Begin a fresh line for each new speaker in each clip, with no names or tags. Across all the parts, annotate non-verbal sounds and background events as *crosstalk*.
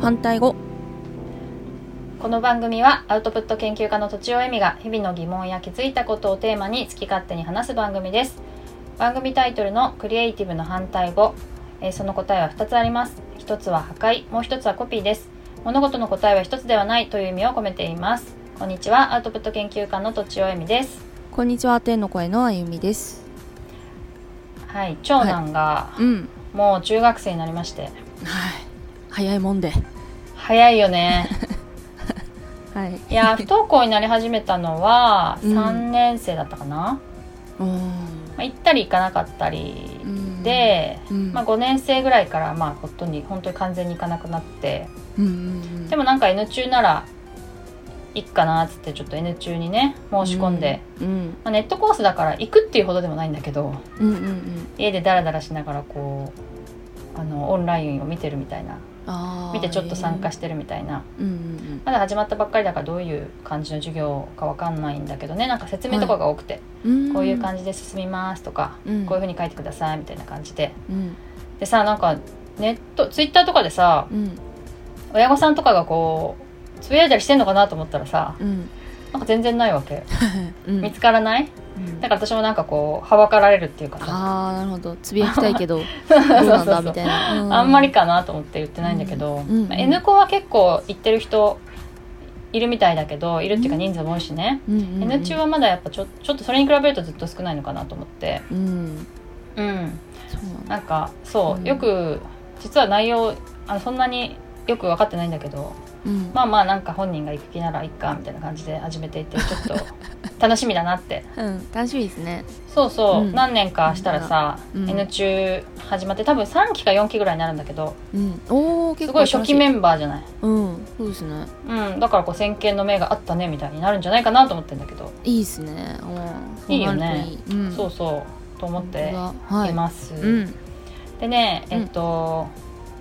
反対語
この番組はアウトプット研究家のとちおえみが日々の疑問や気づいたことをテーマに好き勝手に話す番組です番組タイトルのクリエイティブの反対語、えーその答えは2つあります1つは破壊もう1つはコピーです物事の答えは1つではないという意味を込めていますこんにちはアウトプット研究家のとちおえみです
こんにちは天の声のあゆみです
はい長男が
うん
もう中学生になりまして
はい早いもんで
早いよ
*laughs*
ね
はい
いやー不登校になり始めたのは
うん
3年生だったかな、
うーん
まあ、行ったり行かなかったり
うん
で、
うん
まあ、5年生ぐらいからまあ本当に本当に完全に行かなくなって
うんうん
でもなんか N 中ならいっかなっつってちょっと N 中にね申し込んで、、
うん
まあ、ネットコースだから行くっていうほどでもないんだけど
うん、うんうんうん
家でダラダラしながらこうあのオンラインを見てるみたいな
あ
見てちょっと参加
し
してるみたいな、
うんうん
まだ始まったばっかりだからどういう感じの授業かわかんないんだけどねなんか説明とかが多くて、
うん、
こういう感
じ、
じで進みますとか、
うん、
こういうふ
う
うに書いてくださいみたいな感じで
うん
でさなんかネットツイッターとかでさ
うん
親御さんとかがこうつぶやいたりしてんのかなと思ったらさ
うん
なんか全然ないわけ
う
*laughs*
ん
見つからない
うん
だから私もなんかこうはばかられるっていうかさ
あーなるほどつぶやきたいけ
*laughs*
どど
そう
う
そう
なん
そ
だ
う
みたいな、う
あんまりかなと思って言ってないんだけど、
うんうん
まあ N 校は結構行ってる人いるみたいだけどいるっていうか人数も多いしね、
うんうんうん
N 中はまだやっぱちょちょっとそれに比べるとずっと少ないのかなと思って
うん
うん
そうなんだ
なんかそう、
うん
よく実は内容あのそんなによく分かってないんだけど
うん
まあまあなんか本人が行く気ならいっかみたいな感じで始めていてちょ
*laughs*
っと楽しみだなって
うん楽しみですね
そうそう、
うん
何年かしたらさ、
うん
N 中始まって多分3期か4期ぐらいになるんだけど
うんおお
す
結構
ごい初期メンバーじゃない
うんそうですね
うん、だからこう先見の目があったねみたいになるんじゃないかなと思ってんだけど、
いいですねうん
いいよね
そうなるといいうん
そうそうと思って
本当だはい
います、
うん
でね
うん
えっと、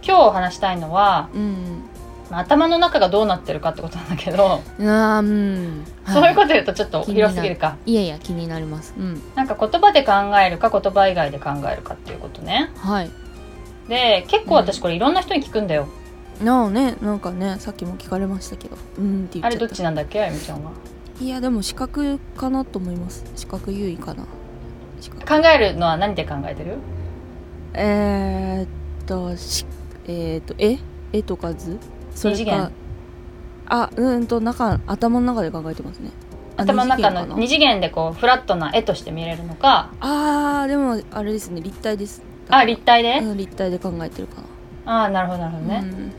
今日話したいのは、
うん
まあ頭の中がどうなってるかってことなんだけど、
うんあーうん
そういうことと言うとちょっと広すぎるか
いやいや気になりますうん
なんか言葉で考えるか言葉以外で考えるかっていうことね
はい
で結構私これいろんな人に聞くんだよ、
なあねなんかねさっきも聞かれましたけどうんって言
あ
っ
れ
ちゃ
ど
っ
ったちなんだっけあゆみちゃんは
ちいやでも視覚かなと思います視覚優位かな視覚
考えるのは何で考えてる
えー、っとしえー、っと絵絵とか図それ
二次
か
元
あうーんと中頭の中で考えてますねあ
頭の中
二次元
の
かな
二次元でこうフラットな絵として見れるのか
あーでもあれですね立体です
あ立体で、
うん立体で考えてるか
ああなるほどなるほ
な
どね、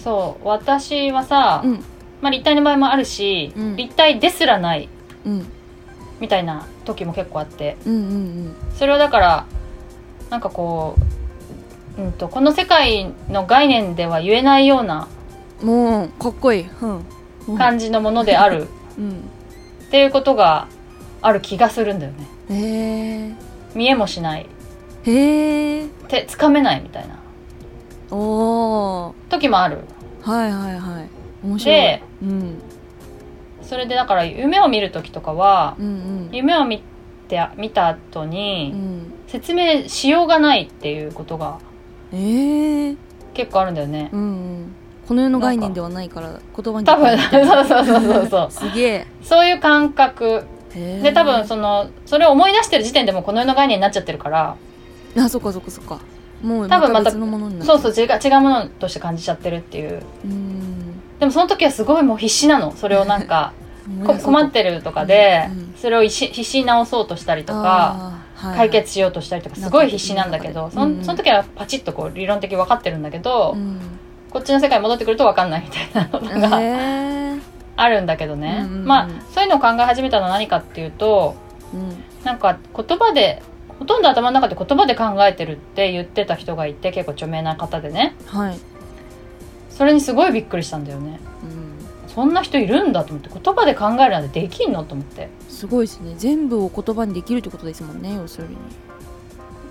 そう私はさ、
うん
まあ、立体の場合もあるし、
うん
立体ですらない
うんうん
みたいな時も結構あって
うんうん
それはだからなんかこう、うん、とこの世界の概念では言えないような
うんもうかっこいいうんうん
感じのものである
うん
っていうことがある気がするんだよね
へ
見えもしない
えへえ
手つかめないみたいな
おー
時もある
はいはいはい面白い
で
うん
それでだから夢を見る時とかは
うんうん
夢を見て見た後
う
に
ん
説明しようがないっていうことが
ええ
結構あるんだよね
うんうんこの世の概念ではないから言葉に
多分
書いて
*laughs*
あ
そう
る
そうそうそうそう
すげえ
そういう感覚
へー
で多分そのそれを思い出してる時点でもうこの世の概念になっちゃってるから
あそっかそっかそっかもう
多分また
別のものにな
そうそうう違う違うものとして感じちゃってるっていう
うん
でもその時はすごいもう必死なのそれをなんかこ困ってるとかで、
うんうん
それを必死必死に直そうとしたりとか、
あーはい
解決しようとしたりとかすごい必死なんだけ
う
ど
ん
そんその時はパチッとこう理論的に分かってるんだけど、
うん
こっちの世界に戻ってくると分かんないみたいな
へ
のが
え
あるんだけどね、
うんうんうん
まあそういうのを考え始めたのは何かっていうと
うん
なんか言葉でほとんど頭の中で言葉で考えてるって言ってた人がいて結構著名な方でね
はい
それにすごいびっくりしたんだよね。
うん
そんな人いるんだと思って言葉で考えるなんてできんのと思って
すごいですね全部を言葉にできるってことですもんね要するに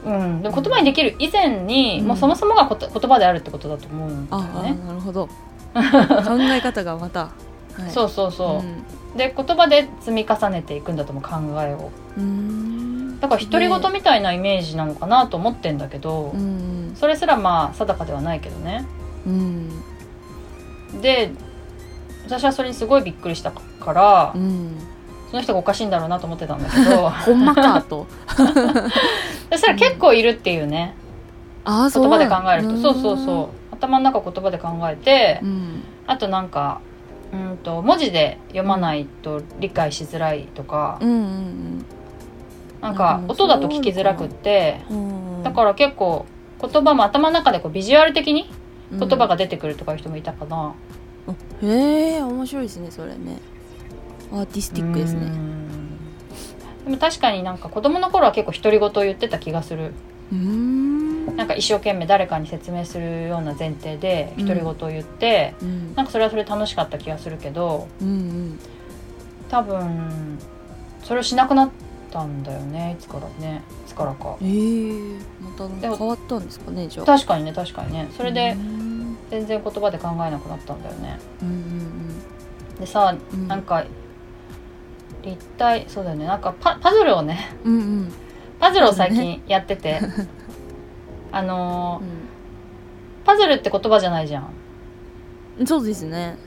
うん、でも言葉にできる以前に、
うん
もうそもそもがこと言葉であるってことだと思うんだよ
ああ
ね。
なるほ
*laughs*
ど考え方がまたはい
そうそうそうう、
ん
で言葉で積み重ねていくんだと思う考えを
うーん
だから独り言みたいなイメージなのかなと思ってんだけど、
うん
それすらまあ定かではないけどね
うん
で私はそれにすごいびっくりしたから、 *laughs*
うん、
その人がおかしいんだろうなと思ってたんだけ
*laughs*
ど
ほんまかと
そしたら結構いるっていうね
ああそ
言
う
葉
なん
で考えるとそうそうそう頭の中言葉で考えて、
うん
あとなんかうんと文字で読まないと理解しづらいとか、
うんうん
なん
あ
か
でも
音だと聞きづらくって
うんうん
だから結構言葉も頭の中でこうビジュアル的に言葉が出てくるとかいう人もいたかな、
うんへえ面白いですねそれねアーティスティックです
う
ね
んでも確かになんか子供の頃は結構独り言を言ってた気がする
うーん
なんか一生懸命誰かに説明するような前提で
うん
独り言を言って、
うん
なんかそれはそれで楽しかった気がするけど
うん
多分それをしなくなったんだよねいつからねいつからか
うんええまたなん
でも
か変わったんですかねじゃあ
確かにね確かにねそれで
うん
全然言葉で考えなくなったんだよね
うんうん
でさ
うん
なんか立体そうだよねなんかパパズルをね *laughs*
うんうん
パズルを最近やって
*laughs*
て、あの
う
ーパズルって言葉じゃないじゃん。
んそうですね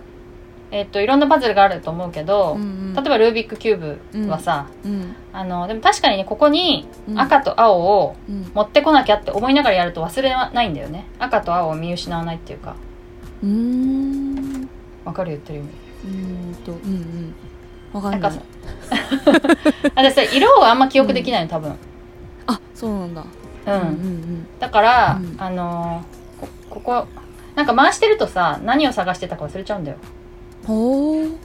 えっ、といろんなパズルがあると思うけど、
例
例えばルービックキューブはさ、
うん
あのでも確かにねここに
うん
赤と青を
うん
持ってこなきゃって思いながらやると忘れないんだよね。赤と青を見失わないっていうか
うーん
わかる言ってる意味。
うーんとうんうんわか
なん
ん
か
な
さ
い
あでさ色をあんま記憶できないの多分。
あそうなんだ
う。
うんん
だから、
うん
あのーこここなんか回してるとさ何を探してたか忘れちゃうんだよ。
うんほー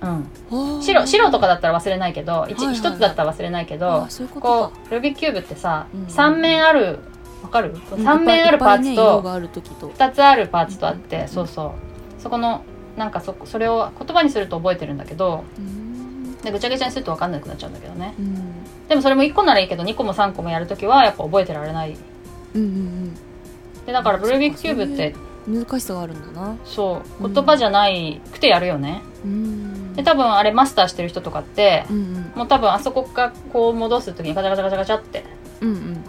うん。
あー
白白とかだったら忘れないけど 1,
はいはいはい
つだったら忘れないけ
あ
ど
ーそういうこと
こ
か
うルービックキューブってさ、
うん
3面あるわかる
うん
?3 面あるパーツ
いっぱいね色
と
がある時と
2つあるパーツとあって、
うん
そうそうそこのなんかそこそれを言葉にすると覚えてるんだけど
うん
でぐちゃぐちゃにすると分かんなくなっちゃうんだけどね
うん
でもそれも1個ならいいけど2個も3個もやるときはやっぱ覚えてられない
うんうん
でだから
あ
ルービックキューブって
うん難しさがあるんだな
そう
うん
言葉じゃないくてやるよね
うん
で多分あれマスターしてる人とかって
うんうん
もう多分あそこからこう戻すときにガチャガチャガチャガチャって
うんうん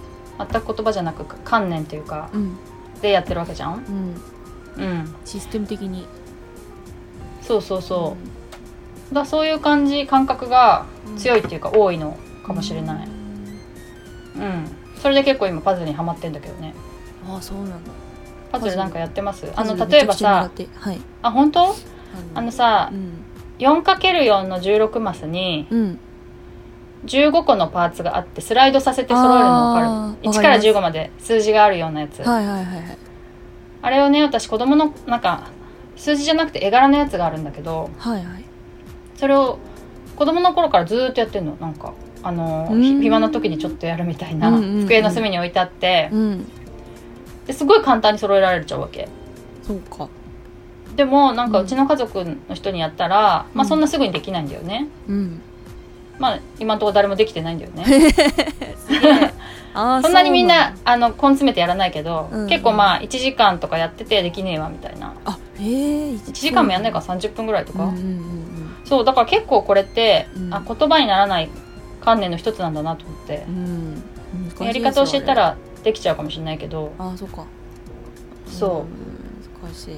全く言葉じゃなく観念というか
うん
でやってるわけじゃん
うん
うん
システム的に
そうそうそう、だそういう感じ感覚が強いっていうか多いのかもしれないうん、それで結構今パズルにはまってんだけどね
ああそうなんだ
パズルなんかやってますあの
パズ
例
ルめ
え
ちゃ
ば
くちゃ
さ
苦手はい
あ本当あ
あ
のさ
うん、
4×4 の16マスに
うん、
15個のパーツがあってスライドさせて揃えるの分か
あ
る
ー
1から
わかりま
15まで数字があるようなやつ、
はいはいはいはい
あれをね私子供のなんか数字じゃなくて絵柄のやつがあるんだけど
はいはい
それを子供の頃からずーっとやってるのなんかあの
う
ー
ん
ひ暇な時にちょっとやるみたいな、
うんうんうん
机の隅に置いてあって
うん
ですごい簡単に揃えられちゃうわけ
そうか
でもなんか
う
うんちの家族の人にやったら、まあ
うん
そんなすぐにできないんだよね
うん
まあ今のところ誰もできてないんだよね
あー
そんなにみん
そう
なん
だ
あの根詰めてやらないけど、
うんうん
結構まあ1時間とかやっててできねえわみたいな
あへえ1
1時間もやんないから30分ぐらいと
うん
か、
うんうん
そうだから結構これって、
うん
あ言葉にならない観念の一つなんだなと思って
う、ん難しいですよ
やり方を教えたらできちゃうかもしれないけど
あれあーそうか
そ
うん難しい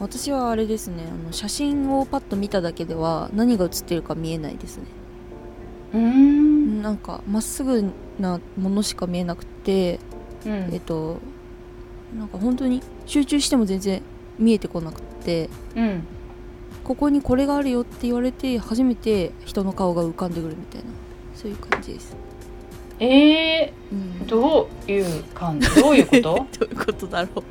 私はあれですねあの写真をパッと見ただけでは何が写ってるか見えないですね
ううん
なんかまっすぐなものしか見えなくて
う
えっ
ん
となんか本当に集中しても全然見えてこなくって
うん
ここにこれがあるよって言われて初めて人の顔が浮かんでくるみたいなそういう感じです、
え
うん
ー、どういう感 *laughs* じどういうこと
*laughs* どういうことだろう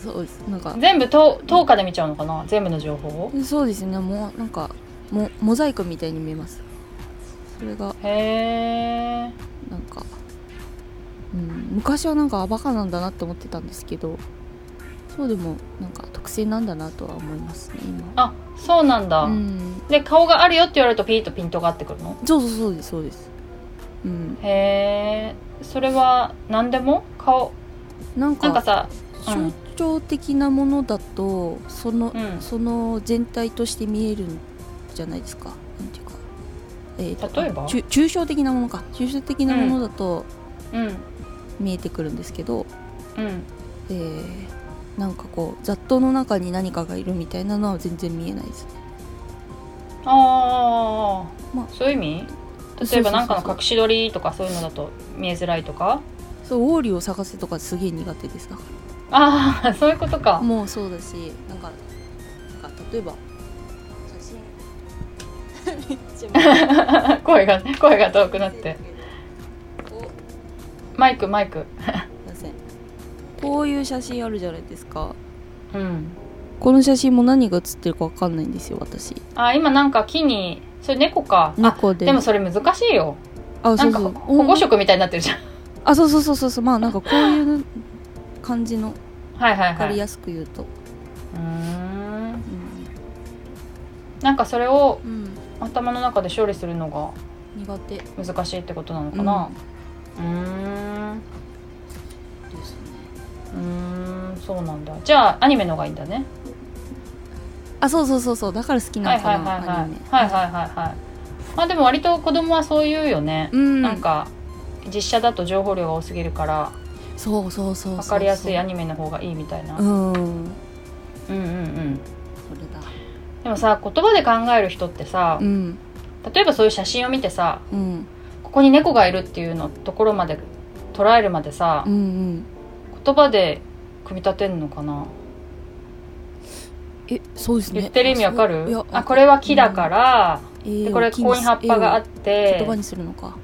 そうですなんか
全部と等価で見ちゃうのかな全部の情報を
そうですねもうなんかもモザイクみたいに見えますそれが
へえ
なんか、うん、昔はなんかあバカなんだなって思ってたんですけどそうでもなんか特性なんだなとは思いますね今
あそうなんだ、
うん
で顔があるよって言われるとピーとピントが合ってくるの
そうそうそうですそうですうん
へえそれは何でも顔
なん
なんか
か
さうん
象徴的なものだとその、
うん
その全体として見えるんじゃないですかなんていうか、えーと
例えば
ちゅ抽象的なものか抽象的なものだと
うん
見えてくるんですけど、
うん
えーなんかこう雑踏の中に何かがいるみたいなのは全然見えないです
ああ、
まあ
そういう意味
そうそうそう
例えば何かの隠し撮りとかそういうのだと見えづらいとか
そうウォーリーを探せとかすげえ苦手ですだか
ああそういうことから
もうそうだしなんかなんか例えば写真めっちゃ
声が声が遠くなって
こ
マイクマイク
うすいませんこういう写真あるじゃないですか
うん
この写真も何が写ってるかわかんないんですよ私
あ今なんか木にそれ猫かあ
猫で
でもそれ難しいよ
あ
なんか保護色みたいになってるじゃん *laughs*
あそうそうそうそうそうまあなんかこういう感じの
はいはい
分か
はい
り
う
やすく言うと、
ーんなんかそれを
うん、うん
頭の中で処理するの
苦手で
が難しいってことなのかなうーんう
すね
ーんそうなんだじゃあアニメの方がいいんだね
あそうそうそうそうだから好きな
はい
の
はい
か
はいは
な
い
アニメ
はいはいはいはいまあでも割と子供はそう言うよね、
うん
なんか実写だと情報量が多すぎるから
そうそうそうそう
分かりやすいア
ニ
ニメの方がいいみたいな
う
うん
ん
うんうん
それだ
でもさ言葉で考える人ってさ、
うん
例えばそういう写真を見てさ
うん
ここに猫がいるっていうのところまで捉えるまでさ、
うんうん
言葉で組み立てんのかな
えそうですね
言ってる意味わかる、
いや
あこれは木だから、でこれここに葉っぱがあっ
って言葉にするのか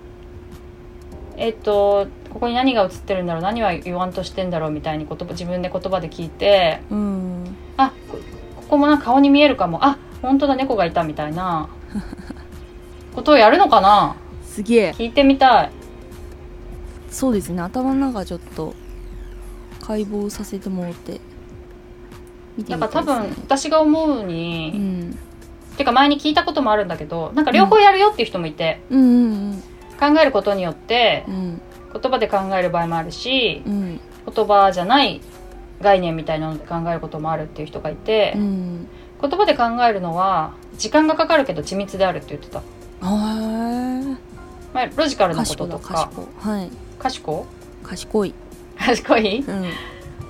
えっとここに何が映ってるんだろう何は言わんとしてんだろうみたいに言葉自分で言葉で聞いて
うん
あこここもなんか顔に見えるかもあ本当だ猫がいたみたい
*laughs*
なことをやるのかな
すげえ
聞いてみたい
そうですね頭の中ちょっと解剖させてもらって見て
なん
み
か
た
多
いです
分
ね
私が思うに、
うん
てか前に聞いたこともあるんだけどなんか両方やるよっていう人もいて、
うんうん
考えることによって
うんうん
言葉で考える場合もあるし
うん
言葉じゃない概念みたいなので考えることもあるっていう人がいて、
うん
言葉で考えるのは時間がかかるけど緻密であるって言ってた、
あ
まあ、ロジカ
あ
ルなこと
賢
と
だ
か
賢はい
賢
賢い
賢い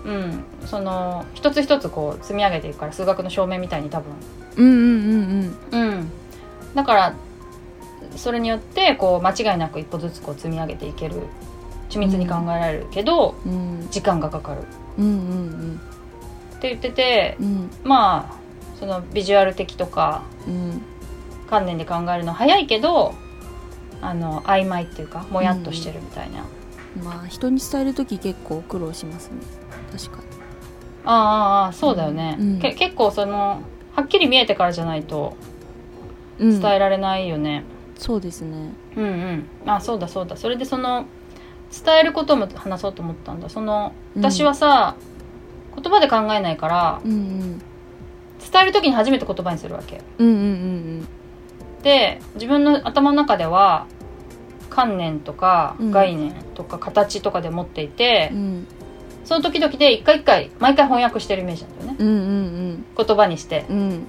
うん
うんその一つ一つこう積み上げていくから数学の証明みたいに多分
うんうんうんうん
うんだからそれによってこう間違いなく一歩ずつこう積み上げていける緻密に考えられるけど、
うん
時間がかかる
うんうん
って言ってて
うんうん
まあそのビジュアル的とか
うん
観念で考えるの早いけどあの曖昧っていうかもやっとしてるみたいな、あ
まあ人に伝える時結構苦労しますね確か
あああそうだよね、
うん
け結構そのはっきり見えてからじゃないと
に、う
伝
ん、
えられないよね、
そうですね
うん、うんあそうだそうだそれでその伝えることも話そうと思ったんだその
うん
私はさ、言葉で考えないから
うんうん
伝える時に初めて言葉にするわけ
うんうん
で自分の頭の中では観念とか
うん
概念とか形とかで持っていて
うんう、ん
その時々で一回一回毎回翻訳してるイメージなんだよね
うんうん
言葉にして
うんうん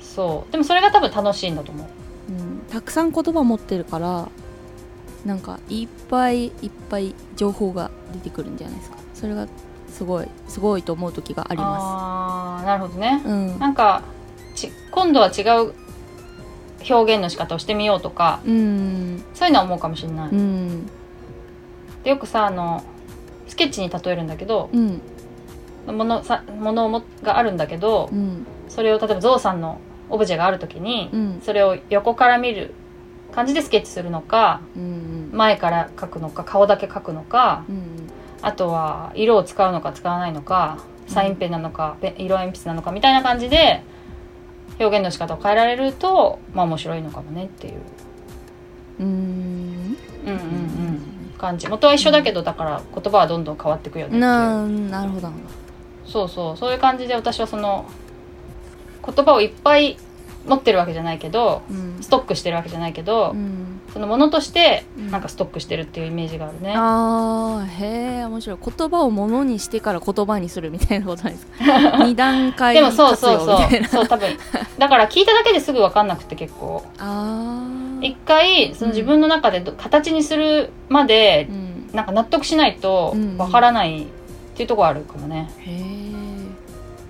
そうでもそれが多分楽しいんだと思う
うんたくさん言葉持ってるからなんかいっぱいいっぱい情報が出てくるんじゃないですかそれがすごいすごいと思う時がありま
あーなるほどね
すうん
なんかち今度は違う表現の仕方をしてみようとか
うん
そういうのは思うかもしれない、
うん
でよくさあのスケッチに例えるんだけど
うん
ものさものをもがあるんだけど
うん
それを例えばゾウさんのオブジェがある時に
うん
それを横から見る感じでスケッチするのか
うん
前から描くのか顔だけ描くのか
うん
あとは色を使うのか使わないのかサインペンなのかペン色鉛筆なのかみたいな感じで表現の仕方を変えられるとまあ面白いのかもねっていう,、
うん
うんうんうん、感じ元は一緒だけどだから言葉はどんどん変わっていくよねっていう
なあなるほどなるほ
そうそうそういう感じで私はその言葉をいっぱい持ってるわけじゃないけど
どうん
ストックしてるわけじゃないけど、
うん
そのものとして
うん
なんかストックしてるっていうイメージがあるね、
あーへえ面白い言葉をものにしてから言葉にするみたいなことなんですか *laughs* 二段階
でもそう
活
そう
用みたい
そうそ
な
う多分だから聞いただけですぐ分かんなくて結構
あー
一回その自分の中でど形にするまで
うん
なんか納得しないと
うん
分からないっていうところあるかもね
へえ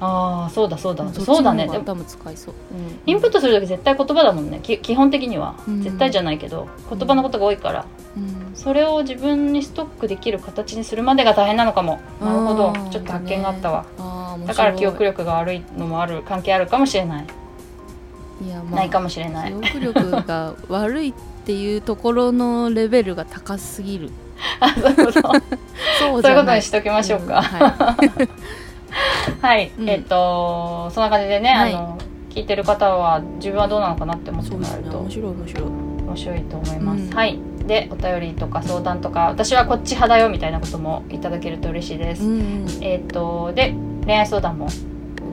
ああそうだそうだそうだねでも
多分使いそう、うん
インプットする時絶対言葉だもんねき基本的には、
うん
絶対じゃないけど言葉のことが多いから
うん
それを自分にストックできる形にするまでが大変なのかもなるほど
あー
ちょっと発見があったわ
あー
だから記憶
面
力が悪いのもある関係あるかもしれない、
白いいや、まあ、
ないかもしれない
記憶力が悪いっていうところのレベルが高すぎる
あ *laughs* そういうこと
そう
そう
じ
いう
ゃ
こと
ない
にしときましょう
うん
か。
は
はい、
うん
えっと、そんな感じでね、
はい
あの、聞いてる方は、自分はどうなのかなって思
い、
って
そう
も
で
ら
す
える
ね
と
面、白い面白い
面白いと思います。
うん
はい、で、お便りとか相談とか、私はこっち派だよみたいなこともいただけると嬉しいです。
うん
えっと、で、恋愛相談も受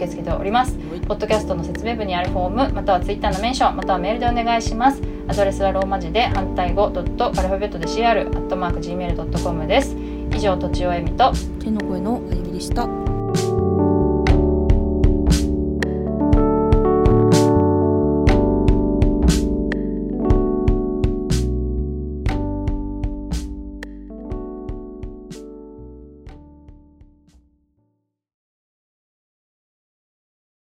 け付けております。ポッドキャストの説明文にあるフォーム、またはツイッターのメンション、またはメールでお願いします。アドレスはローマ字で反対語ドットアルファベットで CR アットマーク Gmail.com です。以上、とちおえみと
手の声のあゆみでした。バイ